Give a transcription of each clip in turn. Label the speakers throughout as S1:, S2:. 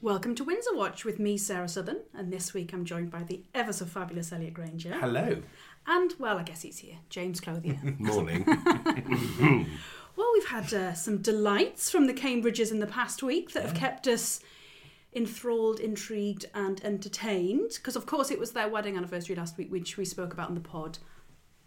S1: Welcome to Windsor Watch with me, Sarah Southern, and this week I'm joined by the ever so fabulous Elliot Granger.
S2: Hello.
S1: And, well, I guess he's here, James Clothier.
S3: Morning.
S1: well, we've had uh, some delights from the Cambridges in the past week that have kept us enthralled, intrigued, and entertained. Because, of course, it was their wedding anniversary last week, which we spoke about on the pod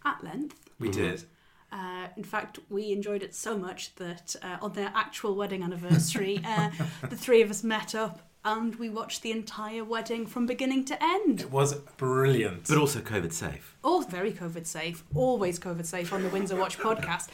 S1: at length.
S2: We did.
S3: Mm-hmm.
S1: Uh, in fact, we enjoyed it so much that uh, on their actual wedding anniversary, uh, the three of us met up and we watched the entire wedding from beginning to end.
S2: It was brilliant.
S3: but also COVID safe.
S1: All very COVID safe, always COVID safe on the Windsor Watch podcast.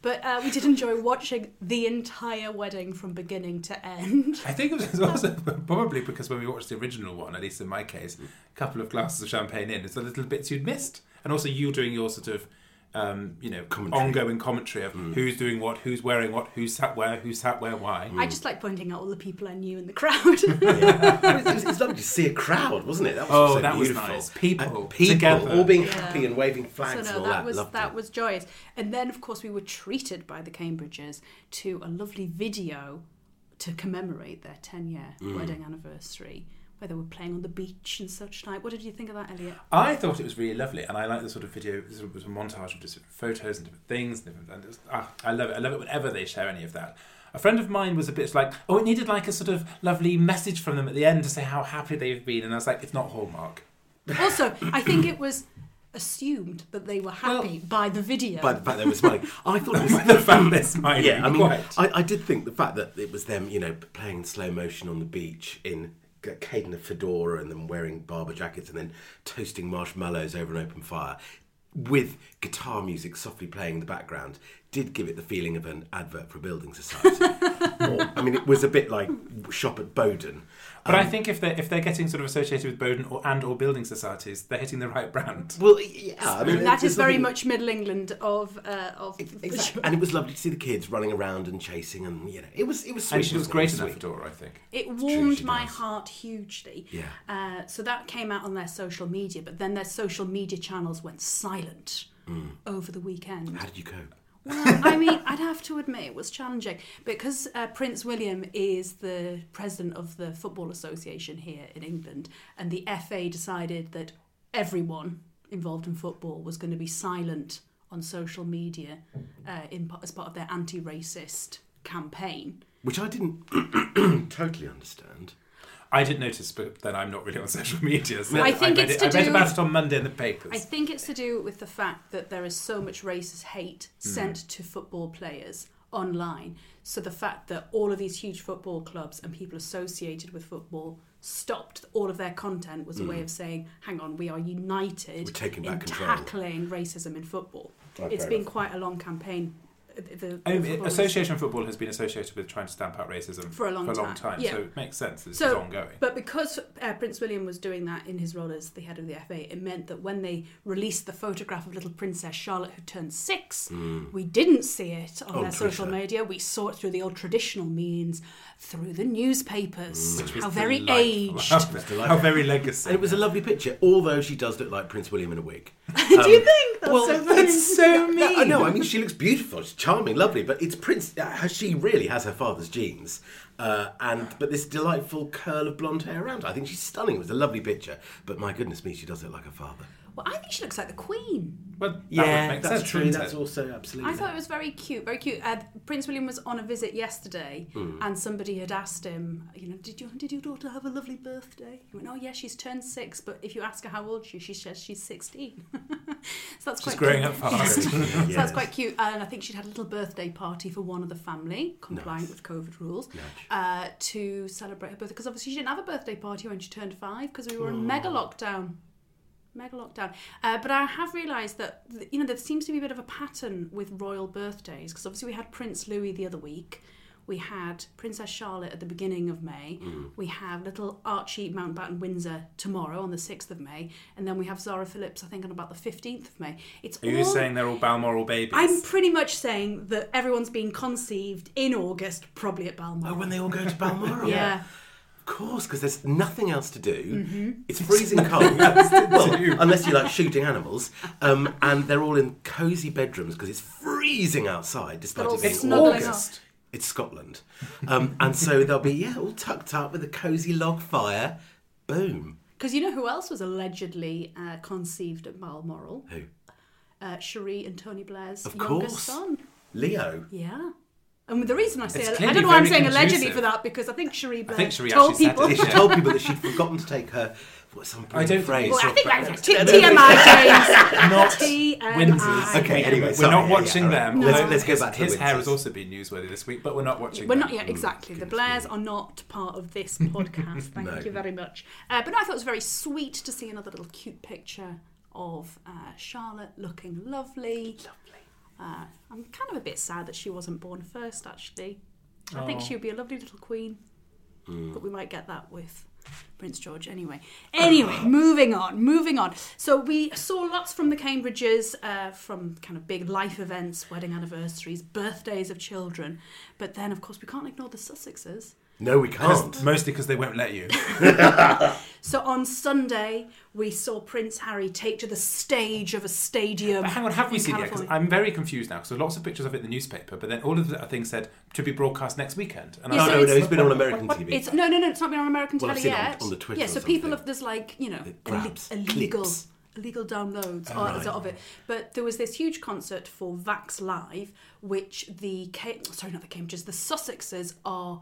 S1: But uh, we did enjoy watching the entire wedding from beginning to end.
S2: I think it was also probably because when we watched the original one, at least in my case,
S3: Mm.
S2: a couple of glasses of champagne in, it's the little bits you'd missed. And also you doing your sort of, um, you know,
S3: Commentary. Mm.
S2: ongoing commentary of who's doing what, who's wearing what, who sat where, who sat where, why.
S1: I just like pointing out all the people I knew in the crowd.
S3: it, was, it was lovely to see a crowd, wasn't it? That was
S2: Oh,
S3: so
S2: that was
S3: beautiful.
S2: nice. People
S3: And people
S2: together.
S3: all being
S1: Yeah.
S3: happy and waving
S1: so
S3: flags
S1: no,
S3: and all
S1: that,
S3: that.
S1: was
S3: Loved
S1: that
S3: it.
S1: was joyous. And then, of course, we were treated by the Cambridges to a lovely video to commemorate their ten-year
S3: Mm.
S1: wedding anniversary, where they were playing on the beach and such like. What did you think of that, Elliot?
S2: I thought it was really lovely, and I like the sort of video. This was a montage of just different photos and different things. And different, and it was, ah, I love it. I love it whenever they share any of that. A friend of mine was a bit like, oh, it needed like a sort of lovely message from them at the end to say how happy they've been, and I was like, it's not Hallmark.
S1: Also, I think it was assumed that they were happy by the video.
S3: By the fact they were smiling, I thought it was
S2: the family's mind.
S3: Yeah, I mean,
S2: quite.
S3: I, I did think the fact that it was them, you know, playing in slow motion on the beach in g- Cade in a fedora and then wearing barber jackets and then toasting marshmallows over an open fire with guitar music softly playing in the background did give it the feeling of an advert for a building society. Or- I mean, it was a bit like shop at Bowden.
S2: but I think if they're if they're getting sort of associated with Bowden or and or building societies, they're hitting the right brand.
S3: Well, yeah, I mean,
S1: and that
S3: there's
S1: is very
S3: nothing-
S1: much Middle England of uh, of
S3: Exactly. And it was lovely to see the kids running around and chasing, and you know, it was it was sweet.
S2: And she
S3: wasn't
S2: was
S3: it?
S2: great
S3: It
S2: in
S3: was
S2: that
S3: sweet.
S2: fedora, I think.
S1: It
S3: true,
S1: warmed
S3: she
S1: my
S3: does.
S1: heart hugely.
S3: Yeah.
S1: Uh, so that came out on their social media, but then their social media channels went silent
S3: Mm.
S1: over the weekend.
S3: How did you cope?
S1: Well, I mean, I'd have to admit it was challenging because uh, Prince William is the president of the Football Association here in England, and the FA decided that everyone involved in football was going to be silent on social media uh, in, part- as part of their anti racist campaign.
S3: Which I didn't totally understand.
S2: I did notice, but then I'm not really on social media. So
S1: I think
S2: read
S1: it's
S2: it,
S1: to
S2: I read
S1: do-
S2: about it on Monday in the papers.
S1: I think it's to do with the fact that there is so much racist hate
S3: Hmm.
S1: sent to football players online. So the fact that all of these huge football clubs and people associated with football stopped all of their content was a way of saying, "Hang on, we are united
S3: Hmm. We're taking
S1: in
S3: back control."
S1: tackling racism in football."
S3: Oh,
S1: it's
S3: fair
S1: been
S3: enough.
S1: quite a long campaign. uh, The, the
S2: I mean,
S1: football is-
S2: association football has been associated with trying to stamp out racism
S1: For a long time, yeah.
S2: so it makes sense. that This is
S1: So,
S2: ongoing.
S1: but because uh, Prince William was doing that in his role as the head of the FA, it meant that when they released the photograph of little Princess Charlotte who turned six,
S2: Hmm.
S1: we didn't see it on
S3: Oh,
S1: their social
S3: Trisha.
S1: media. We saw it through the old traditional means, through the newspapers.
S2: Hmm. Which was
S1: How very
S2: delightful.
S1: aged.
S2: How,
S3: delightful.
S2: very legacy.
S3: And it was a lovely picture, although she does look like Prince William in a wig. Um,
S1: Do you think? That's
S3: well,
S1: so funny.
S2: That's so mean.
S3: I know, I mean, she looks beautiful, she's charming, lovely, but it's Prince. Uh, she really has her father's genes. Uh, and But this delightful curl of blonde hair around her. I think she's stunning. It was a lovely picture, but my goodness me, she does look like her father.
S1: Well, I think she looks like the Queen.
S2: Well, that would make
S3: that's
S2: sense,
S3: true.
S2: wouldn't
S3: That's
S2: it?
S3: also absolutely.
S1: I thought it was very cute, very cute. Uh, Prince William was on a visit yesterday,
S2: Mm.
S1: and somebody had asked him, you know, did you did your daughter have a lovely birthday? He went, oh yeah, she's turned six, but if you ask her how old she, is, she says she's sixteen. so that's
S2: She's
S1: quite
S2: growing
S1: cute.
S2: up fast.
S1: So that's quite cute, and I think she'd had a little birthday party for one of the family, compliant with COVID rules, uh, to celebrate her birthday. Because obviously she didn't have a birthday party when she turned five, because we were in mega lockdown mega lockdown. Uh, but I have realised that th- you know there seems to be a bit of a pattern with royal birthdays because obviously we had Prince Louis the other week. We had Princess Charlotte at the beginning of May. We have little Archie Mountbatten Windsor tomorrow on the 6th of May. And then we have Zara Phillips, I think, on about the 15th of May. It's
S2: Are you
S1: all...
S2: saying they're all Balmoral babies?
S1: I'm pretty much saying that everyone's being conceived in August, probably at Balmoral.
S3: Oh, when they all go to Balmoral.
S1: yeah.
S3: Of course, because there's nothing else to do. It's freezing cold. well, unless you like shooting animals. Um, and they're all in cosy bedrooms because it's freezing outside, despite
S1: They're all
S3: it being
S1: snuggling
S3: August.
S1: up.
S3: It's Scotland. Um, and so they'll be, yeah, all tucked up with a cosy log fire. Boom.
S1: Because you know who else was allegedly uh, conceived at Balmoral?
S3: Who?
S1: Uh, Cherie and Tony Blair's
S3: Of
S1: youngest
S3: course.
S1: son.
S3: Leo.
S1: Yeah. And the reason I say
S2: It's
S1: I
S2: clearly
S1: don't know why I'm
S2: very
S1: saying allegedly
S2: conclusive.
S1: for that because I think Cherie Blair
S2: think Cherie
S1: told
S2: actually said
S1: people.
S2: it.
S3: She told people that she'd forgotten to take her, what's some
S2: I don't-
S3: phrase?
S1: Well, I think that was T-
S3: No,
S1: TMI,
S3: no,
S1: James.
S2: Not
S1: TMI.
S2: Windsors.
S3: Okay,
S2: We-
S3: anyway,
S2: we're
S3: sorry, yeah,
S2: not
S3: yeah,
S2: watching
S3: all right.
S2: them.
S3: Let's-
S2: although
S3: let's go
S2: his-
S3: back to the
S2: His hair has
S3: Windsors.
S2: also been newsworthy this week, but we're not watching.
S1: We're
S2: them.
S1: not yet exactly. The Blairs are not part of this podcast. Thank
S3: No.
S1: you very much. Uh, but no, I thought it was very sweet to see another little cute picture of uh, Charlotte looking lovely. Uh, I'm kind of a bit sad that she wasn't born first. Actually, I think
S2: Oh.
S1: she would be a lovely little queen. But we might get that with Prince George anyway. Anyway, moving on, moving on. So we saw lots from the Cambridges, uh, from kind of big life events, wedding anniversaries, birthdays of children. But then, of course, we can't ignore the Sussexes.
S3: No, we
S2: 'Cause-
S3: can't.
S2: mostly because they won't let you.
S1: So on Sunday, we saw Prince Harry take to the stage of a stadium.
S2: But hang on, have we
S1: in
S2: seen it? Because
S1: California.
S2: I'm very confused now. Because lots of pictures of it in the newspaper, but then all of the things said to be broadcast next weekend. And
S1: Yeah,
S3: No,
S1: so
S3: no, no,
S1: it's-
S3: it's been on American TV.
S1: It's no, no, no. It's not been on American
S3: Well, I've
S1: TV
S3: seen it on-
S1: yet.
S3: on the Twitter
S1: Yeah,
S3: or
S1: so people
S3: something.
S1: have there's like you know
S3: It
S1: ille-
S3: grabs
S1: illegal
S3: clips. Oh,
S1: illegal downloads or-
S3: right.
S1: of it. But there was this huge concert for Vax Live, which the Ca- sorry not the Cambridges, the Sussexes are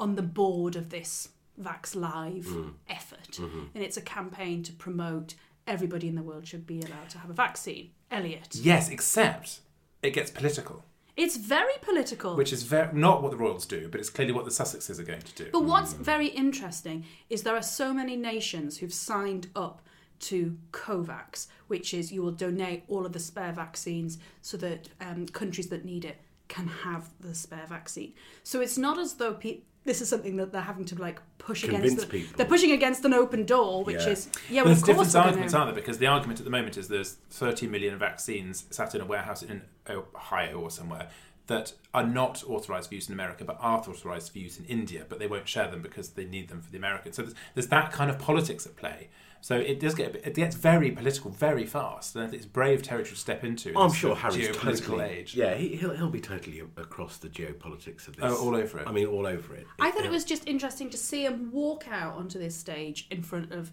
S1: on the board of this Vax Live
S3: Mm.
S1: effort,
S3: Mm-hmm.
S1: and it's a campaign to promote everybody in the world should be allowed to have a vaccine. Elliot,
S2: yes, except it gets political,
S1: it's very political.
S2: which is very, not what the royals do, but it's clearly what the Sussexes are going to do.
S1: But what's very interesting is there are so many nations who've signed up to COVAX, which is you will donate all of the spare vaccines so that um, countries that need it can have the spare vaccine. So it's not as though pe- this is something that they're having to like push against.
S3: Convince
S1: the-
S3: people.
S1: They're pushing against an open door, which
S3: Yeah.
S1: is yeah, well,
S2: There's
S1: of course
S2: different
S1: we're
S2: arguments,
S1: gonna-
S2: aren't there? Because the argument at the moment is there's 30 million vaccines sat in a warehouse in Ohio or somewhere that are not authorised for use in America but are authorised for use in India, but they won't share them because they need them for the Americans. So there's, there's that kind of politics at play. So it does get a bit, it gets very political very fast, and I think it's brave territory to step into. in
S3: I'm
S2: this
S3: sure
S2: sort of
S3: Harry's
S2: geopolitical
S3: totally,
S2: age.
S3: Yeah, he, he'll he'll be totally a- across the geopolitics of this.
S2: Oh, all over it.
S3: I mean, all over it.
S1: I thought it was just interesting to see him walk out onto this stage in front of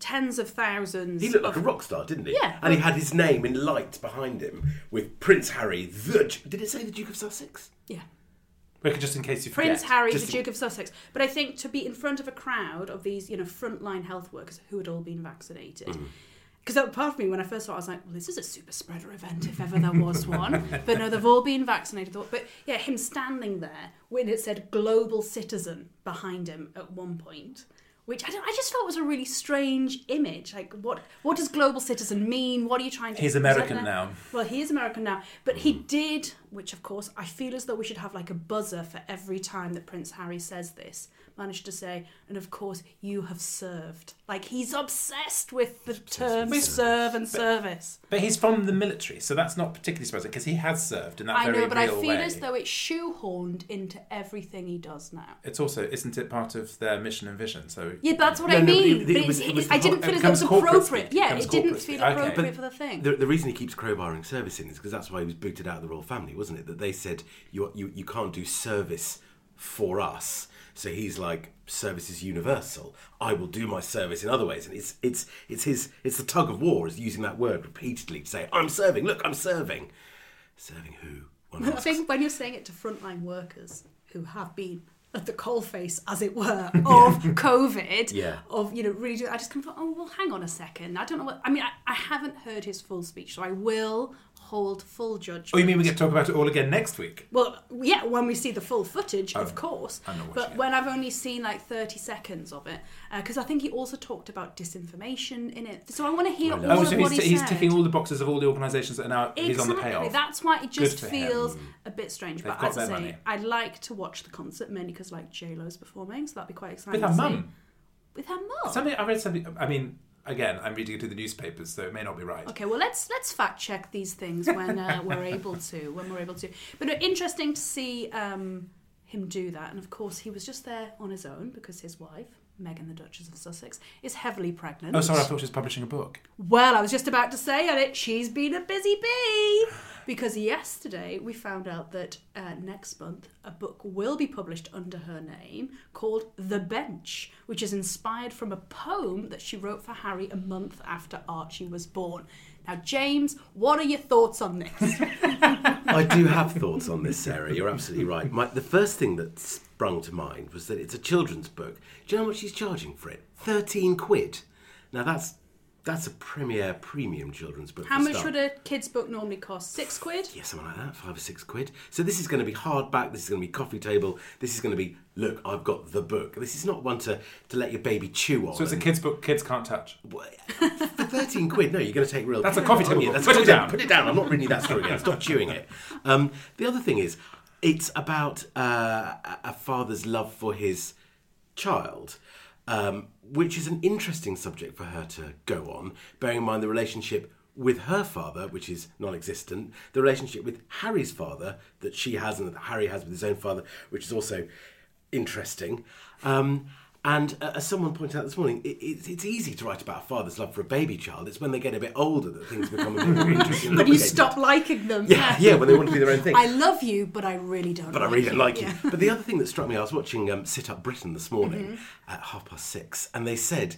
S1: tens of thousands.
S3: He looked like
S1: of
S3: a rock star, didn't he?
S1: Yeah.
S3: And he had his name in lights behind him with Prince Harry, the. Ju- Did it say the Duke of Sussex?
S1: yeah.
S2: But just in case you forget.
S1: Prince Harry,
S3: just-
S1: the Duke of Sussex. But I think to be in front of a crowd of these, you know, frontline health workers who had all been vaccinated.
S2: Mm.
S1: Because part of me, when I first saw it, I was like, well, this is a super spreader event if ever there was one. but no, they've all been vaccinated. But yeah, him standing there when it said global citizen behind him at one point. Which I, don't, I just felt was a really strange image. Like, what what does global citizen mean? What are you trying to?
S2: He's
S1: present
S2: American
S1: there?
S2: now.
S1: Well, he is American now, but he did, which of course I feel as though we should have like a buzzer for every time that Prince Harry says this, managed to say, and of course you have served. Like he's obsessed with the term serve and service.
S2: But he's from the military, so that's not particularly surprising because he has served in that
S1: I
S2: very
S1: know, but I
S2: real
S1: feel
S2: way.
S1: as though it's shoehorned into everything he does now.
S2: It's also, isn't it part of their mission and vision? So
S1: Yeah, that's what
S3: No,
S1: I
S3: no, but
S1: mean.
S3: it-
S1: but
S3: it
S1: it's-
S3: was- it was
S1: I
S3: the
S1: didn't
S3: whole-
S1: feel
S2: it
S1: as though it was
S2: becomes corporate
S1: appropriate.
S2: speak. It
S1: Yeah,
S2: becomes
S1: it didn't feel
S2: corporate speak. Okay.
S1: appropriate
S2: But
S1: for the thing.
S3: The, the reason he keeps crowbarring service in is because that's why he was booted out of the royal family, wasn't it? That they said you you, you can't do service for us. So he's like, service is universal. I will do my service in other ways, and it's it's it's his it's the tug of war is using that word repeatedly to say I'm serving. Look, I'm serving. Serving who? One
S1: I
S3: asks.
S1: think when you're saying it to frontline workers who have been at the coalface, as it were, of COVID,
S3: Yeah.
S1: of you know, really, do, I just kind of thought, oh well, hang on a second, I don't know what. I mean, I, I haven't heard his full speech, so I will hold full judgment.
S2: Oh, you mean we get to talk about it all again next week?
S1: Well, yeah, when we see the full footage,
S2: Oh,
S1: of course.
S2: I'm not watching
S1: But
S2: it.
S1: when I've only seen like 30 seconds of it, because I think he also talked about disinformation in it. So I want to hear all
S2: Oh,
S1: of
S2: so
S1: what
S2: he's,
S1: he
S2: he's
S1: said.
S2: ticking all the boxes of all the organisations that are now he's on
S1: Exactly.
S2: the payoff.
S1: That's why it just
S2: Good for him.
S1: feels a bit strange. but
S2: got
S1: as I
S2: their
S1: say,
S2: money.
S1: I'd like to watch the concert mainly because like J Lo's performing, so that'd be quite exciting.
S2: With her
S1: to see.
S2: mum.
S1: With her mum.
S2: Something I read something. I mean, again, I'm reading it through the newspapers, so it may not be right.
S1: Okay, well let's let's fact check these things when uh, we're able to when we're able to. But uh, interesting to see um, him do that, and of course he was just there on his own because his wife Megan the Duchess of Sussex, is heavily pregnant.
S2: Oh, sorry, I thought she was publishing a book.
S1: Well, I was just about to say it. She's been a busy bee because yesterday we found out that uh, next month a book will be published under her name called The Bench, which is inspired from a poem that she wrote for Harry a month after Archie was born. Now, James, what are your thoughts on this?
S3: I do have thoughts on this, Sarah. You're absolutely right. My, the first thing that sprung to mind was that it's a children's book. Do you know how much she's charging for it? Thirteen quid. Now that's that's a premier premium children's book.
S1: How
S3: for
S1: much
S3: start.
S1: would a kid's book normally cost? Six quid?
S3: Yeah, something like that, five or six quid. So this is going to be hardback. This is going to be coffee table. This is going to be look. I've got the book. This is not one to, to let your baby chew on.
S2: So it's a
S3: and-
S2: kids' book kids can't touch.
S3: for thirteen quid. No, you're going to take real.
S2: That's a coffee table
S3: Yeah,
S2: book.
S3: that's a
S2: Put
S3: coffee
S2: it
S3: table.
S2: down.
S3: Put it down. I'm not reading that story again. Stop chewing it. Um, the other thing is, it's about uh, a- a father's love for his child. Um, which is an interesting subject for her to go on, bearing in mind the relationship with her father, which is non existent, the relationship with Harry's father that she has and that Harry has with his own father, which is also interesting. Um, and uh, as someone pointed out this morning, it, it's it's easy to write about a father's love for a baby child. It's when they get a bit older that things become a bit more interesting. and
S1: When you
S3: complicated.
S1: stop liking them.
S3: Yeah, yeah, when they want to do their own thing.
S1: I love you, but I really don't.
S3: But I
S1: like
S3: really don't
S1: you.
S3: like
S1: Yeah.
S3: you. But the other thing that struck me, I was watching um, Sit Up Britain this morning
S1: Mm-hmm.
S3: at half past six, and they said,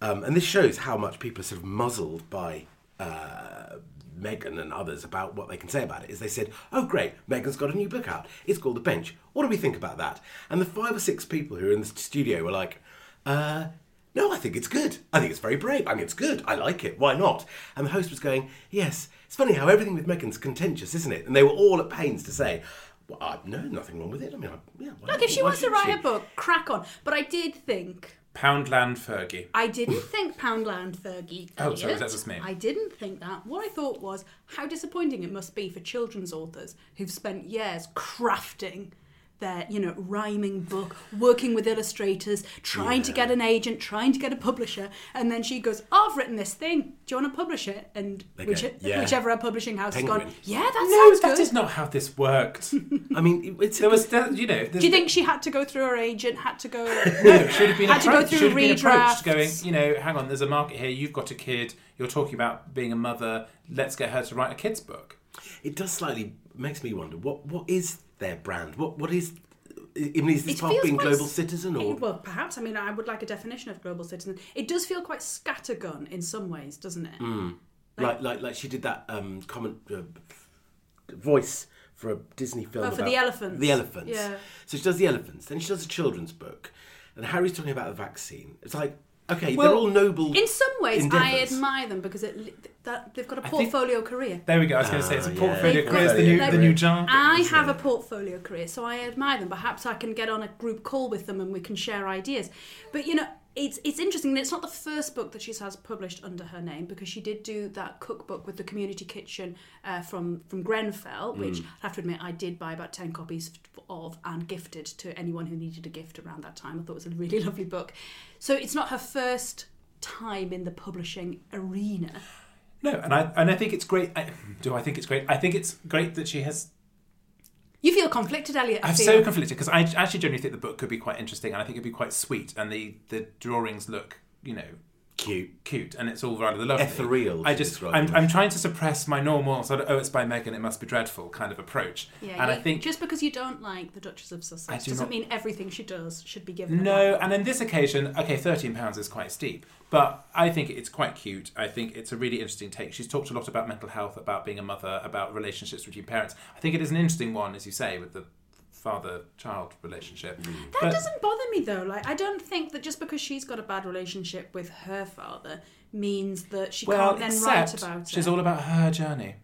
S3: um, and this shows how much people are sort of muzzled by uh, Meghan and others about what they can say about it. Is they said, "Oh, great, Meghan's got a new book out. It's called The Bench. What do we think about that?" And the five or six people who are in the studio were like, uh, no, I think it's good. I think it's very brave. I mean, it's good. I like it. Why not? And the host was going, Yes, it's funny how everything with Meghan's contentious, isn't it? And they were all at pains to say, Well, I, no, nothing wrong with it. I mean, I, yeah. Why,
S1: Look, if she
S3: why
S1: wants to
S3: should
S1: write
S3: she?"
S1: a book, crack on. But I did think
S2: Poundland Fergie.
S1: I didn't think Poundland Fergie.
S2: Oh, sorry,
S1: Elliot.
S2: that was me.
S1: I didn't think that. What I thought was how disappointing it must be for children's authors who've spent years crafting their, you know, rhyming book, working with illustrators, trying to get an agent, trying to get a publisher, and then she goes, "Oh, "I've written this thing. Do you want to publish it?" And
S3: They
S1: which,
S3: go, "Yeah."
S1: whichever her publishing house has
S3: Penguin.
S1: gone, "Yeah, that
S2: No,
S1: sounds
S2: that
S1: good."
S2: is not how this worked.
S3: I mean, it- it's.
S2: There was, there, you know,
S1: Do you think she had to go through her agent? Had to go?
S2: no, should have been
S1: Had to go
S2: approached.
S1: through
S2: Should have been
S1: redrafts.
S2: approached, going, you know, hang on, there's a market here. You've got a kid. You're talking about being a mother. Let's get her to write a kids' book.
S3: It does slightly makes me wonder what what is their brand? What what is? I mean, is this
S1: It
S3: part of
S1: feels
S3: being
S1: quite
S3: global
S1: s-
S3: citizen or?
S1: Well, perhaps. I mean, I would like a definition of global citizen. It does feel quite scattergun in some ways, doesn't it?
S3: Mm. like like like she did that um comment uh, voice for a Disney film
S1: Oh, for
S3: about
S1: the elephants.
S3: The elephants.
S1: Yeah.
S3: So she does the elephants. Then she does a children's book, and Harry's talking about the vaccine. It's like okay, they're
S1: Well,
S3: all noble.
S1: In some ways, I
S3: endeavours.
S1: admire them because it, that they've got a
S2: think-
S1: portfolio career.
S2: There we go. I was going to say it's a
S3: Ah, yeah.
S2: portfolio
S1: They've
S2: career. It's the
S1: got-
S2: new,
S1: they've-
S2: the new jargon.
S1: I
S3: isn't
S1: have
S3: it?
S1: a portfolio career, so I admire them. Perhaps I can get on a group call with them and we can share ideas. But you know, it's it's interesting that it's not the first book that she has published under her name because she did do that cookbook with the community kitchen uh, from from Grenfell, which I have to admit I did buy about ten copies of and gifted to anyone who needed a gift around that time. I thought it was a really lovely book. So it's not her first time in the publishing arena.
S2: No, and I and I think it's great. I, do I think it's great? I think it's great that she has
S1: You feel conflicted, Elliot. I
S2: I'm
S1: feel.
S2: so conflicted because I actually generally think the book could be quite interesting, and I think it'd be quite sweet, and the the drawings look, you know,
S3: cute.
S2: cute, and it's all rather lovely.
S3: Ethereal,
S2: I
S3: to
S2: just
S3: describe
S2: I'm,
S3: them.
S2: I'm trying to suppress my normal sort of oh, it's by Megan, it must be dreadful kind of approach,
S1: Yeah,
S2: and
S1: you,
S2: I think
S1: just because you don't like the Duchess of Sussex
S2: I do
S1: doesn't
S2: not-
S1: mean everything she does should be given. a
S2: no, uh,
S1: like.
S2: and on this occasion, okay, thirteen pounds is quite steep, but I think it's quite cute. I think it's a really interesting take. She's talked a lot about mental health, about being a mother, about relationships between parents. I think it is an interesting one, as you say, with the father-child relationship.
S1: that
S2: But-
S1: doesn't bother me though. Like I don't think that just because she's got a bad relationship with her father means that she can't then write about
S2: she's
S1: it.
S2: all about her journey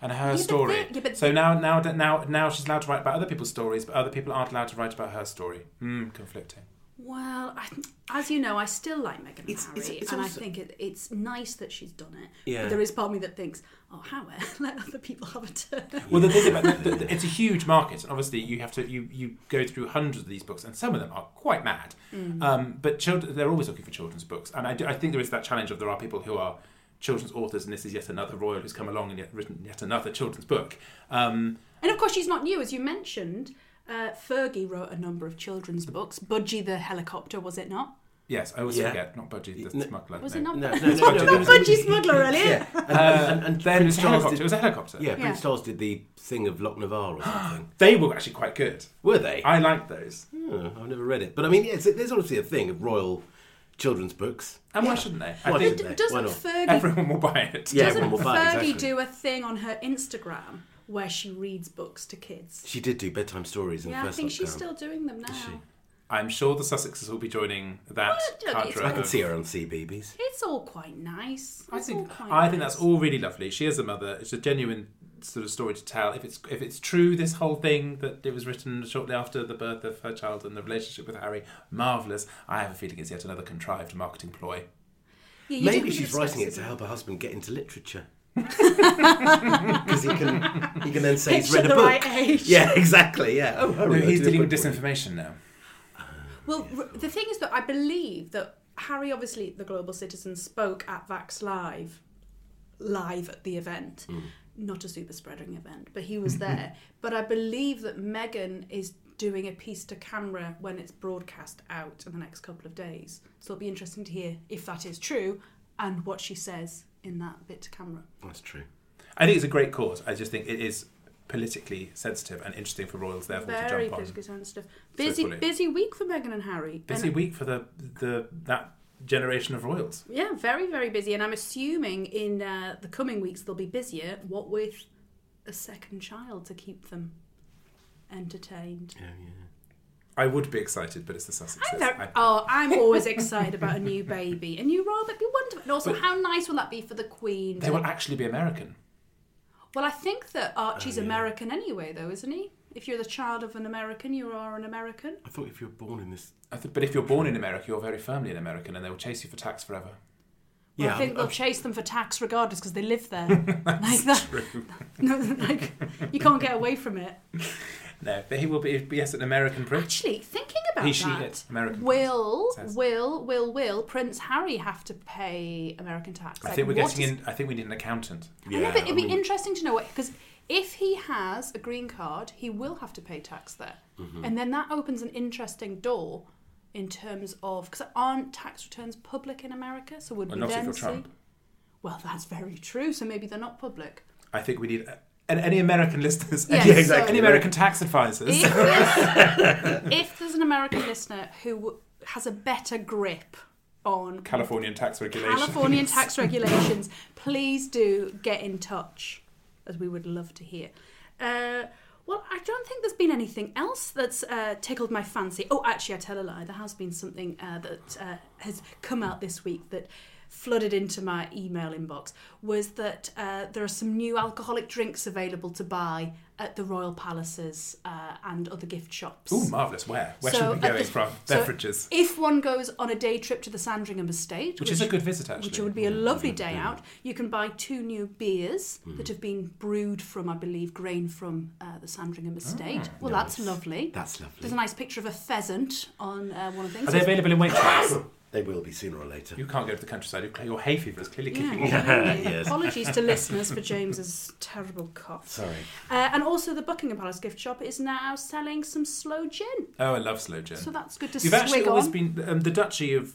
S2: and her
S1: but
S2: story.
S1: the- yeah, but
S2: so
S1: the-
S2: now, now, now, now she's allowed to write about other people's stories, but other people aren't allowed to write about her story. Hmm, conflicting.
S1: well, I, as you know, I still like Meghan
S3: It's-
S1: and
S3: it's-
S1: Harry,
S3: it's
S1: and
S3: also-
S1: I think it, it's nice that she's done it.
S3: Yeah.
S1: But there is part of me that thinks, oh, how let other people have a turn.
S2: Well, the thing about the, the- the- it's a huge market, and obviously you have to you you go through hundreds of these books, and some of them are quite mad.
S3: Mm.
S2: Um, but children, they're always looking for children's books, and I, do, I think there is that challenge of there are people who are children's authors, and this is yet another royal who's come along and yet written yet another children's book. Um,
S1: And of course, she's not new, as you mentioned. Uh, Fergie wrote a number of children's books. Budgie the helicopter, was it not?
S2: Yes, I always
S3: Yeah.
S2: forget. Not Budgie, the
S3: No.
S2: smuggler.
S1: Was
S2: no.
S1: it not
S3: No, no,
S1: Budgie?
S3: no, no, no, it was-
S1: Budgie smuggler, Elliot?
S3: Yeah, and,
S2: Uh,
S3: and, and
S2: then
S3: Prince
S2: it's not a
S3: Charles
S2: helicopter. It
S3: did-
S2: was a helicopter.
S3: yeah,
S1: Yeah.
S3: Prince Charles did the thing of Loch Navarre or something.
S2: They were actually quite good.
S3: Were they?
S2: I liked those.
S3: Oh, I've never read it, but I mean, yeah, it's, there's obviously a thing of royal children's books.
S2: And why shouldn't they? I
S3: Why
S2: think
S3: shouldn't
S1: But
S3: Why
S1: doesn't
S3: not?
S1: Fergie
S2: everyone will buy it.
S3: Yeah,
S1: Doesn't
S3: everyone will buy it,
S1: Fergie
S3: exactly.
S1: do a thing on her Instagram where she reads books to kids?
S3: She did do bedtime stories in
S1: Yeah,
S3: the
S1: I
S3: first
S1: think she's
S3: lockdown.
S1: still doing them now.
S3: she?
S2: I'm sure the Sussexes will be joining that.
S1: Well, look, it's-
S2: cadre
S3: I can
S2: of-
S3: see her on CBeebies.
S1: It's all quite nice.
S2: I
S1: It's all
S2: think
S1: quite
S2: I think
S1: nice.
S2: that's all really lovely. She is a mother. It's a genuine sort of story to tell. If it's if it's true, this whole thing that it was written shortly after the birth of her child and the relationship with Harry, marvelous. I have a feeling it's yet another contrived marketing ploy.
S1: Yeah, you
S3: Maybe
S1: didn't
S3: she's
S1: really
S3: writing it
S1: discuss
S3: to help her husband get into literature. Because he can, he can then say he's
S1: Pitch
S3: read
S1: at
S3: a
S1: the
S3: book.
S1: right age.
S3: Yeah, exactly. Yeah. Oh,
S2: No,
S3: hurry, I
S2: he's
S3: did a
S2: dealing with
S3: book for you.
S2: disinformation now.
S1: Well, r- the thing is that I believe that Harry, obviously the global citizen, spoke at Vax Live, live at the event,
S2: Hmm.
S1: not a super spreading event, but he was there. but I believe that Meghan is doing a piece to camera when it's broadcast out in the next couple of days. So it'll be interesting to hear if that is true and what she says in that bit to camera.
S3: That's true.
S2: I think it's a great cause. I just think it is politically sensitive and interesting for royals therefore to
S1: Very
S2: jump on.
S1: politically sensitive. Busy,
S2: funny.
S1: busy week for Meghan and Harry.
S2: Busy week for the the that generation of royals.
S1: Yeah, very, very busy. And I'm assuming in uh, the coming weeks they'll be busier. What with a second child to keep them entertained.
S3: Yeah, yeah.
S2: I would be excited, but it's the Sussexes.
S1: I'm very,
S2: I-
S1: oh, I'm always excited about a new baby. A new royal baby. Wonderful. And also, how nice will that be for the Queen?
S2: they
S1: to-
S2: will actually be American.
S1: well, I think that Archie's
S3: yeah.
S1: American anyway, though, isn't he? If you're the child of an American, you are an American.
S3: I thought if you were born in this,
S2: I th- but if you're born in America, you're very firmly an American, and they will chase you for tax forever.
S1: Well,
S3: yeah,
S1: I think
S3: I'm-
S1: they'll chase them for tax regardless because they live there. like that. No, like, you can't get away from it.
S2: No, but he will be yes, an American prince.
S1: Actually, thinking about
S2: He,
S1: that,
S2: she, it, American.
S1: will,
S2: Says.
S1: will, will, will Prince Harry have to pay American tax?
S2: I
S1: Like,
S2: think we're
S1: what
S2: getting
S1: is-
S2: in. I think we need an accountant.
S1: I know,
S3: Yeah,
S1: but it'd
S3: I
S1: be
S3: mean-
S1: interesting to know what because if he has a green card, he will have to pay tax there,
S2: Mm-hmm.
S1: and then that opens an interesting door in terms of because aren't tax returns public in America? So would
S2: Well,
S1: we
S2: not if
S1: then
S2: you're
S1: see?
S2: Trump.
S1: Well, that's very true. So maybe they're not public.
S2: I think we need. And any American listeners,
S1: Yeah,
S2: any,
S1: Yeah, exactly.
S2: any American tax advisors.
S1: if, there's, if there's an American listener who has a better grip on
S2: Californian tax regulation.
S1: Californian tax regulations, please do get in touch, as we would love to hear. Uh, well, I don't think there's been anything else that's uh, tickled my fancy. Oh, actually, I tell a lie. There has been something uh, that uh, has come out this week that flooded into my email inbox was that uh, there are some new alcoholic drinks available to buy at the royal palaces uh, and other gift shops.
S2: Ooh, marvellous. Where? Where should we be
S1: at
S2: going
S1: the-
S2: from?
S1: so
S2: Beverages.
S1: If one goes on a day trip to the Sandringham Estate,
S2: Which is a good visit, actually.
S1: which would be a lovely day out. You can buy two new beers
S2: Mm-hmm.
S1: that have been brewed from, I believe, grain from uh, the Sandringham Estate.
S2: Ah,
S1: well, that's lovely.
S3: that's
S1: There's a
S3: lovely.
S1: nice picture of a pheasant on uh, one of the things.
S2: Are they available in Waitrose?
S3: They will be sooner or later.
S2: you can't go to the countryside. Your- Your hay fever is clearly
S1: Yeah,
S2: kicking in.
S1: absolutely.
S3: Yes.
S1: Apologies to listeners for James's terrible cough.
S3: Sorry.
S1: Uh, and also, the Buckingham Palace gift shop is now selling some slow gin,
S2: Oh, I love slow gin.
S1: so that's good to
S2: You've actually
S1: swig
S2: always
S1: on.
S2: been um, the Duchy of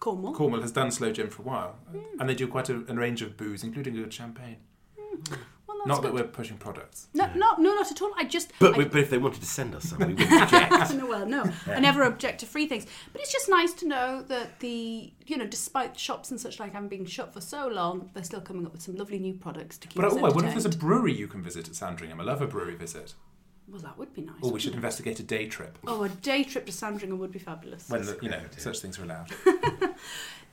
S1: Cornwall.
S2: Cornwall has done slow gin for a while, and they do quite a, a range of booze, including good champagne.
S1: Well, that's
S2: Not
S1: good.
S2: that we're pushing products.
S1: No, no, no, not at all. I just
S3: But,
S1: I-
S3: we, but if they wanted to send us some, we wouldn't object.
S1: no, well, no, I never object to free things. But it's just nice to know that the you know, despite shops and such like having been shut for so long, they're still coming up with some lovely new products to keep
S2: But
S1: us
S2: oh, I wonder if there's a
S1: entertained.
S2: brewery you can visit at Sandringham. I love a brewery visit.
S1: Well, that would be nice.
S2: Or Oh, we
S1: wouldn't
S2: should
S1: it?
S2: investigate a day trip
S1: Oh, a day trip to Sandringham would be fabulous.
S2: when the, you know such things are allowed.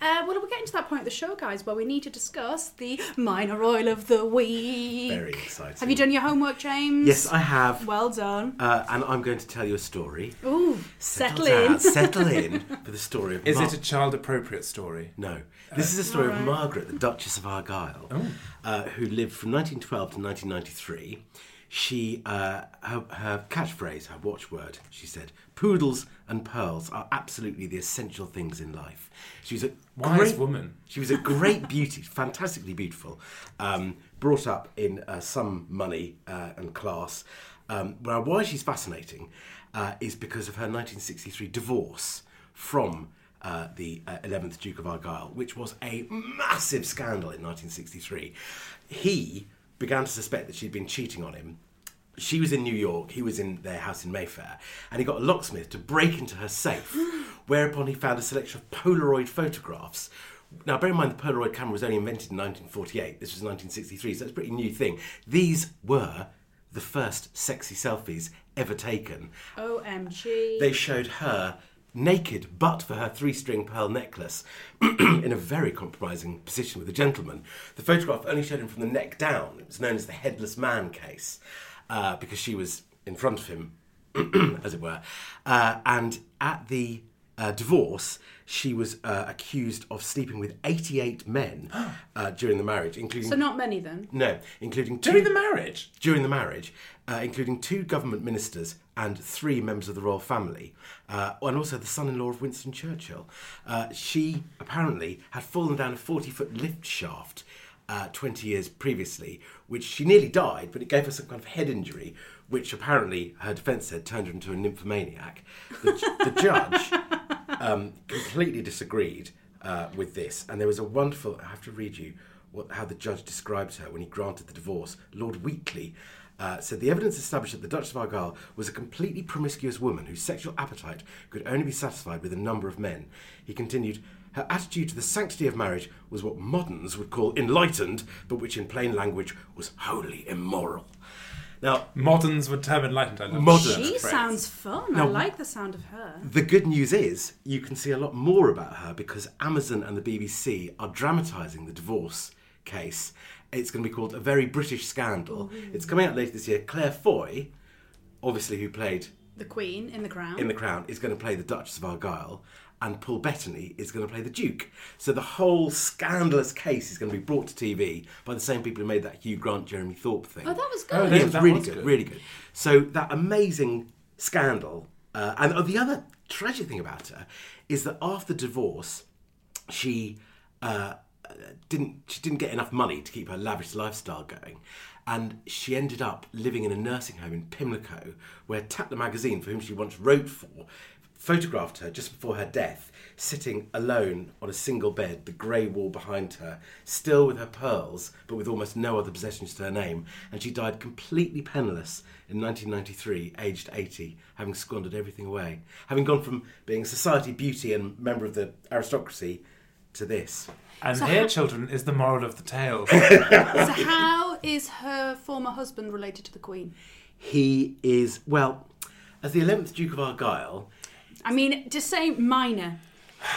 S1: Uh, well, we're getting to that point of the show, guys, where we need to discuss the minor oil of the week.
S3: Very exciting.
S1: Have you done your homework, James?
S3: Yes, I have.
S1: Well done.
S3: Uh, and I'm going to tell you a story.
S1: Ooh, settle
S3: down,
S1: in.
S3: Settle in for the story of.
S2: Is
S3: Mar-
S2: it a child appropriate story?
S3: No.
S2: Uh,
S3: This is a story
S1: Alright.
S3: of Margaret, the Duchess of Argyll,
S2: Oh.
S3: uh, who lived from 1912 to 1993. She, uh, her, her catchphrase, her watchword, she said, poodles and pearls are absolutely the essential things in life. She was a
S2: Wise
S3: great
S2: woman.
S3: She was a great beauty, fantastically beautiful, um, brought up in uh, some money uh, and class. Um, well, why she's fascinating uh, is because of her 1963 divorce from uh, the uh, 11th Duke of Argyll, which was a massive scandal in 1963. He began to suspect that she'd been cheating on him. She was in New York, he was in their house in Mayfair, and he got a locksmith to break into her safe, whereupon he found a selection of Polaroid photographs. Now, bear in mind, the Polaroid camera was only invented in 1948. This was 1963, so it's a pretty new thing. These were the first sexy selfies ever taken.
S1: OMG.
S3: They showed her naked, but for her three string pearl necklace, in a very compromising position with a gentleman. The photograph only showed him from the neck down. It was known as the headless man case uh, because she was in front of him, as it were. Uh, and at the uh, divorce, she was uh, accused of sleeping with 88 men uh, during the marriage, including.
S1: so not many then.
S3: no, including two
S2: During the marriage?
S3: during the marriage, uh, including two government ministers and three members of the royal family, uh, and also the son in law of Winston Churchill. Uh, she apparently had fallen down a 40 foot lift shaft uh, 20 years previously, which she nearly died, but it gave her some kind of head injury, which apparently her defence said turned her into a nymphomaniac. The, ju- the judge um, completely disagreed uh, with this, and there was a wonderful. I have to read you what, how the judge describes her when he granted the divorce. Lord Wheatley uh, said the evidence established that the Duchess of Argyll was a completely promiscuous woman whose sexual appetite could only be satisfied with a number of men. He continued. Her attitude to the sanctity of marriage was what moderns would call enlightened, but which in plain language was wholly immoral. Now,
S2: Moderns would term enlightened. I love
S3: Modern.
S2: that
S1: She
S2: phrase.
S1: sounds fun. I like the sound of her.
S3: The good news is you can see a lot more about her because Amazon and the BBC are dramatising the divorce case. It's going to be called A Very British Scandal. It's coming out later this year. Claire Foy, obviously who played
S1: The Queen in the Crown.
S3: in The Crown, is going to play the Duchess of Argyll, and Paul Bettany is going to play the Duke. So the whole scandalous case is going to be brought to TV by the same people who made that Hugh Grant, Jeremy Thorpe thing.
S1: oh, that was good.
S2: Oh,
S3: Yeah,
S2: Yeah,
S3: it was
S2: that
S3: really
S2: was
S3: good,
S2: good.
S3: really good. So that amazing scandal, uh, and oh, the other tragic thing about her is that after divorce, she uh, didn't she didn't get enough money to keep her lavish lifestyle going, and she ended up living in a nursing home in Pimlico, where Tap the magazine, for whom she once wrote for, photographed her just before her death, sitting alone on a single bed, the grey wall behind her, still with her pearls, but with almost no other possessions to her name. And she died completely penniless in 1993, aged 80, having squandered everything away, having gone from being society beauty and member of the aristocracy to this.
S2: And here, children, is the moral of the tale.
S1: So how is her former husband related to the Queen?
S3: He is, well, as the 11th Duke of Argyll,
S1: I mean, just say minor.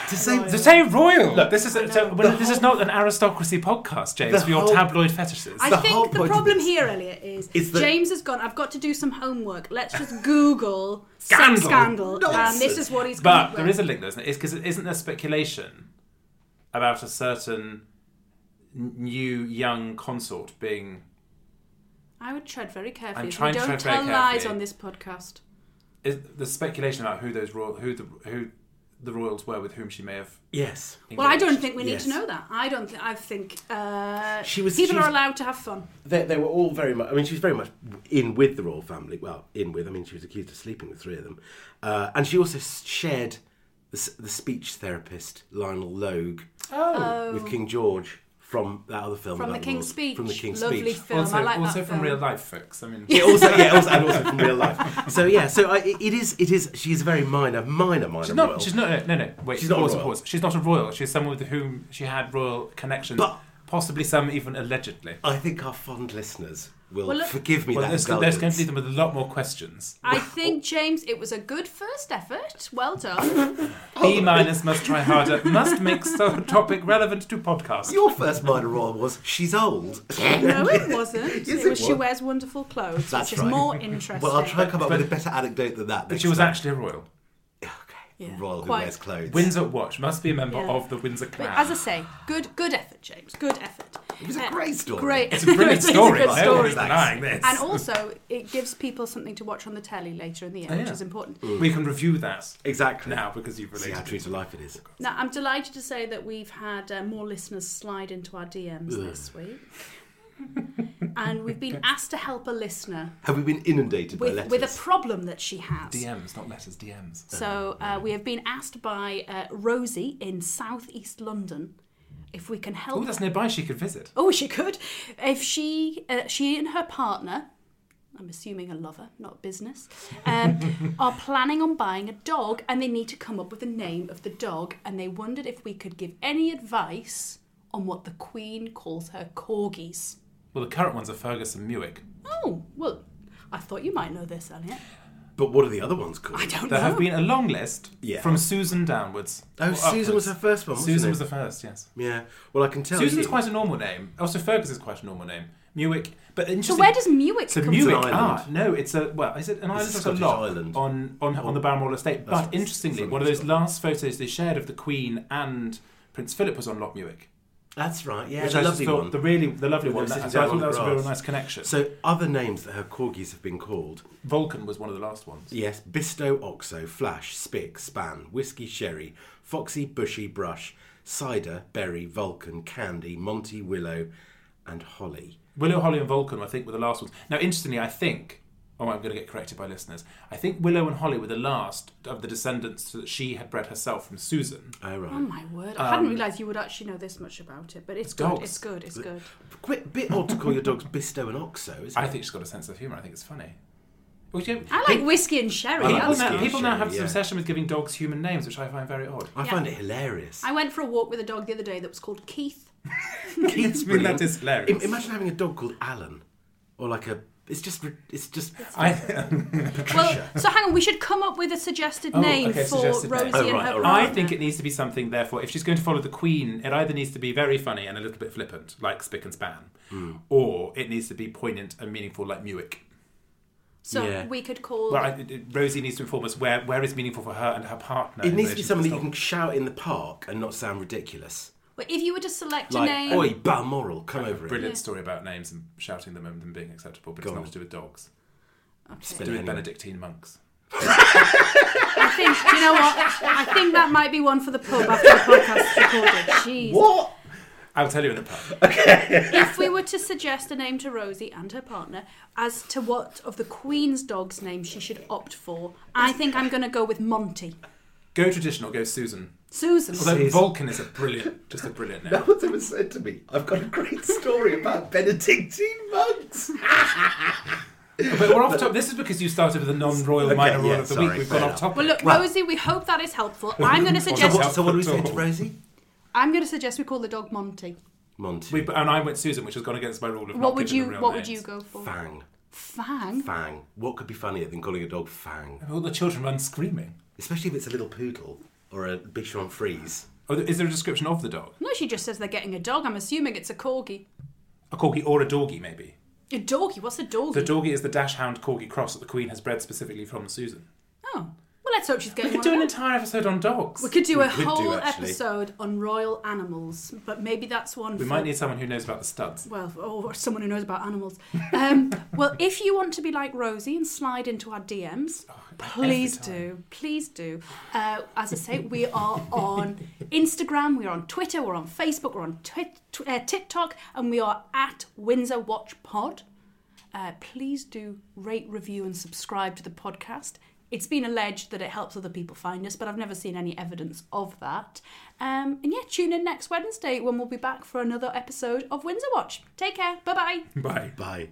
S3: to say
S2: To say royal.
S3: Look,
S2: this is a, so, well, this is not an aristocracy podcast, James,
S3: The
S2: for your
S3: whole-
S2: tabloid fetishes.
S1: I
S3: the whole
S1: think the
S3: point of
S1: problem
S3: this.
S1: here, Elliot, is
S3: Is that-
S1: James has gone. I've got to do some homework. Let's just Google
S2: Scandal.
S1: sex scandal, and
S3: Nonsense.
S1: this is what he's. come
S2: but
S1: up
S2: there
S1: with.
S2: is a link, though, isn't it? It's because isn't there speculation about a certain n- new young consort being?
S1: I would tread very carefully.
S2: I'm
S1: if you
S2: trying to
S1: don't
S2: tread very
S1: tell lies
S2: carefully.
S1: on this podcast.
S2: Is the speculation about who those royal, who the who the royals were with whom she may have?
S3: yes.
S1: Well, I don't think we need
S3: Yes.
S1: to know that. I don't. Th- I think uh,
S3: She was-
S1: people
S3: she was-
S1: are allowed to have fun.
S3: they, they were all very much. I mean, she was very much in with the royal family. Well, in with. I mean, she was accused of sleeping with three of them, uh, and she also shared the, s- the speech therapist Lionel Logue with King George from that other
S1: Oh.
S3: film
S1: From
S3: about
S1: the King's
S3: royals-
S1: Speech.
S3: From the King's
S1: Lovely
S3: Speech.
S1: film.
S2: also,
S1: I like
S2: also
S1: that
S2: from
S1: film.
S2: real life, folks. I mean,
S3: Yeah, also, yeah, also, and also from real life. So yeah, so I, it is, it is. She is a very minor, minor, minor.
S2: She's not.
S3: royal.
S2: She's not. No, no. no. Wait.
S3: She's
S2: She's
S3: not a
S2: not pause,
S3: royal.
S2: pause. She's not a royal. She's someone with whom she had royal connections,
S3: But-
S2: possibly some even allegedly.
S3: I think our fond listeners will
S1: Well, look-
S3: forgive me
S2: Well,
S3: that.
S2: there's, there's going
S3: indulgence.
S2: to leave them with a lot more questions.
S1: I think James, it was a good first effort. Well done.
S2: B minus must try harder. must make so topic relevant to podcast.
S3: Your first minor royal was she's old.
S1: no, it wasn't. it
S3: Yes, it
S1: was. She
S3: was.
S1: wears wonderful clothes,
S3: That's
S1: which
S3: right.
S1: is more interesting.
S3: Well, I'll try and come up
S2: But-
S3: with a better anecdote than
S2: But
S3: that. next
S2: she was
S3: time.
S2: actually a royal.
S3: Okay.
S1: Yeah.
S3: Royal who
S1: Quite.
S3: wears clothes.
S2: Windsor Watch must be a member
S1: Yeah.
S2: of the Windsor
S1: But
S2: clan.
S1: as I say, good, good effort, James. Good effort.
S3: it was a
S1: Uh,
S3: great story.
S1: Great.
S2: it's a brilliant story.
S1: good
S2: no one is
S3: story.
S2: denying this.
S1: And also, it gives people something to watch on the telly later in the year,
S2: Oh,
S1: which
S2: yeah.
S1: is important.
S2: we can review that
S3: Exactly.
S2: now because you've
S3: See how
S2: related.
S3: true to life it is.
S1: Now, I'm delighted to say that we've had uh, more listeners slide into our DMs this week. and we've been asked to help a listener
S3: Have we been inundated by
S1: with,
S3: letters?
S1: with a problem that she has.
S2: DMs, not letters, DMs.
S1: So uh, we have been asked by uh, Rosie in southeast London if we can help.
S2: Oh, that's nearby. She could visit.
S1: Oh, she could. If she, uh, she and her partner, I'm assuming a lover, not business, um, are planning on buying a dog, and they need to come up with the name of the dog, and they wondered if we could give any advice on what the Queen calls her corgis.
S2: Well, the current ones are Fergus and Muick.
S1: Oh well, I thought you might know this, Elliot.
S3: But what are the other ones called?
S1: I don't
S2: There
S1: know.
S2: have been a long list
S3: Yeah.
S2: from Susan downwards.
S3: Oh,
S2: Or
S3: Susan
S2: upwards.
S3: was her first one. Wasn't
S2: Susan
S3: it?
S2: was the first, yes.
S3: Yeah. Well, I can tell
S2: Susan's
S3: you.
S2: quite a normal name. Also, Fergus is quite a normal name. Muick, but
S1: so
S2: interesting.
S1: where does Muick
S2: so
S1: come
S2: Muick?
S1: from?
S3: It's an
S2: Ah,
S3: island.
S2: no, it's a well. Is it an island?
S3: a
S2: It's a
S3: Scottish
S2: lock
S3: island.
S2: on on on the Balmoral estate.
S3: That's-
S2: But interestingly,
S3: that's
S2: one of those
S3: Scotland.
S2: last photos they shared of the Queen and Prince Philip was on Loch Muick,
S3: That's right. Yeah,
S2: which
S3: the
S2: I just
S3: lovely
S2: thought
S3: one.
S2: the really the lovely
S3: With
S2: one.
S3: them
S2: That,
S3: sitting
S2: so I
S3: down
S2: thought that
S3: on
S2: was
S3: the
S2: a real
S3: grass.
S2: nice connection.
S3: So other names that her corgis have been called.
S2: Vulcan was one of the last ones.
S3: Yes, Bisto, Oxo, Flash, Spick, Span, Whiskey, Sherry, Foxy, Bushy, Brush, Cider, Berry, Vulcan, Candy, Monty, Willow, and Holly.
S2: Willow, Holly, and Vulcan, I think, were the last ones. Now, interestingly, I think. Oh, I'm going to get corrected by listeners. I think Willow and Holly were the last of the descendants that she had bred herself from Susan.
S3: Oh right.
S1: Oh my word! I
S3: um,
S1: hadn't realised you would actually know this much about it, but it's, good.
S2: dogs.
S1: It's good. It's good.
S3: Quite bit odd to call your dogs Bisto and Oxo, isn't it?
S2: I think she's got a sense of humour. I think it's funny. Which, you know,
S1: I like whiskey and sherry.
S3: I like
S1: That's
S2: people
S3: whiskey
S2: now,
S3: and
S1: good.
S2: people now
S3: sherry,
S2: have this
S3: yeah.
S2: obsession with giving dogs human names, which I find very odd.
S3: I
S1: Yeah.
S3: find it hilarious.
S1: I went for a walk with a dog the other day that was called Keith.
S3: Keith's
S2: that is hilarious.
S3: Im- imagine having a dog called Alan, or like a. It's just. re- It's just.
S2: I,
S1: Well, so hang on, we should come up with a suggested
S2: Oh,
S1: name
S2: okay,
S1: for
S2: suggested name.
S1: Rosie
S3: Oh,
S1: and
S3: right,
S1: her
S3: all
S2: I
S3: right.
S1: partner.
S2: think it needs to be something, therefore, if she's going to follow the Queen, it either needs to be very funny and a little bit flippant, like Spick and Span, or it needs to be poignant and meaningful, like Muick.
S1: so
S3: yeah.
S1: we could call.
S2: Well, I, it- it- Rosie needs to inform us where, where is meaningful for her and her partner.
S3: it
S2: in
S3: needs to be
S2: relation
S3: something that
S2: this
S3: you can shout in the park and not sound ridiculous.
S1: Well, if you were to select
S3: Like,
S1: a name,
S3: oi, Balmoral, come over
S2: dog.
S3: here.
S2: Brilliant story about names and shouting them and them being acceptable, but
S3: Go
S2: it's
S3: on.
S2: not to do with dogs.
S1: Okay.
S2: It's to do with
S3: Anyway.
S2: Benedictine monks.
S1: I think do you know what. I think that might be one for the pub after the podcast is recorded. Jeez.
S3: What?
S2: I'll tell you in the pub.
S1: If we were to suggest a name to Rosie and her partner as to what of the Queen's dog's name she should opt for, I think I'm going to go with Monty.
S2: Go traditional, go Susan.
S1: Susan.
S2: Although Vulcan is a brilliant, just a brilliant name.
S3: What's ever said to me? I've got a great story about Benedictine monks.
S2: But we're off top. This is because you started with a non-royal minor
S3: yeah,
S2: rule of the
S3: sorry,
S2: week. We've
S3: fair
S2: gone off
S3: enough.
S2: topic.
S1: Well, look,
S3: Well-
S1: Rosie, we hope that is helpful. I'm going to
S2: So
S1: suggest
S2: what-
S3: So what do we say to Rosie?
S1: I'm going to suggest we call the dog Monty.
S3: Monty.
S2: we, and I went Susan, which has gone against my rule of
S1: What
S2: not
S1: would
S2: giving
S1: you
S2: them real
S1: What would you
S2: names.
S1: go for?
S3: Fang.
S1: Fang.
S3: Fang. What could be funnier than calling a dog Fang?
S2: All the children run screaming.
S3: Especially if it's a little poodle or a Bichon Frise.
S2: Oh, is there a description of the dog?
S1: No, she just says they're getting a dog. I'm assuming it's a corgi.
S2: A corgi or a dorgy, maybe.
S1: A doggy. What's a doggy?
S2: The dorgy is the dash hound corgi cross that the Queen has bred specifically from Susan.
S1: oh, well, let's hope she's
S2: We
S1: getting.
S2: could
S1: one
S2: do an
S1: of them.
S2: entire episode on dogs.
S1: we could do
S3: We
S1: a
S3: could do,
S1: whole
S3: actually.
S1: episode on royal animals, but maybe that's one.
S2: We
S1: for-
S2: might need someone who knows about the studs.
S1: Well, or someone who knows about animals. Um, well, if you want to be like Rosie and slide into our DMs, please
S2: every
S1: do. Please do. Uh, as I say, we are on Instagram, we're on Twitter, we're on Facebook, we're on Twit- tw- uh, TikTok, and we are at Windsor Watch Pod. Uh, please do rate, review, and subscribe to the podcast. It's been alleged that it helps other people find us, but I've never seen any evidence of that. Um, and yeah, tune in next Wednesday when we'll be back for another episode of Windsor Watch. Take care. Bye bye.
S2: Bye.
S3: Bye.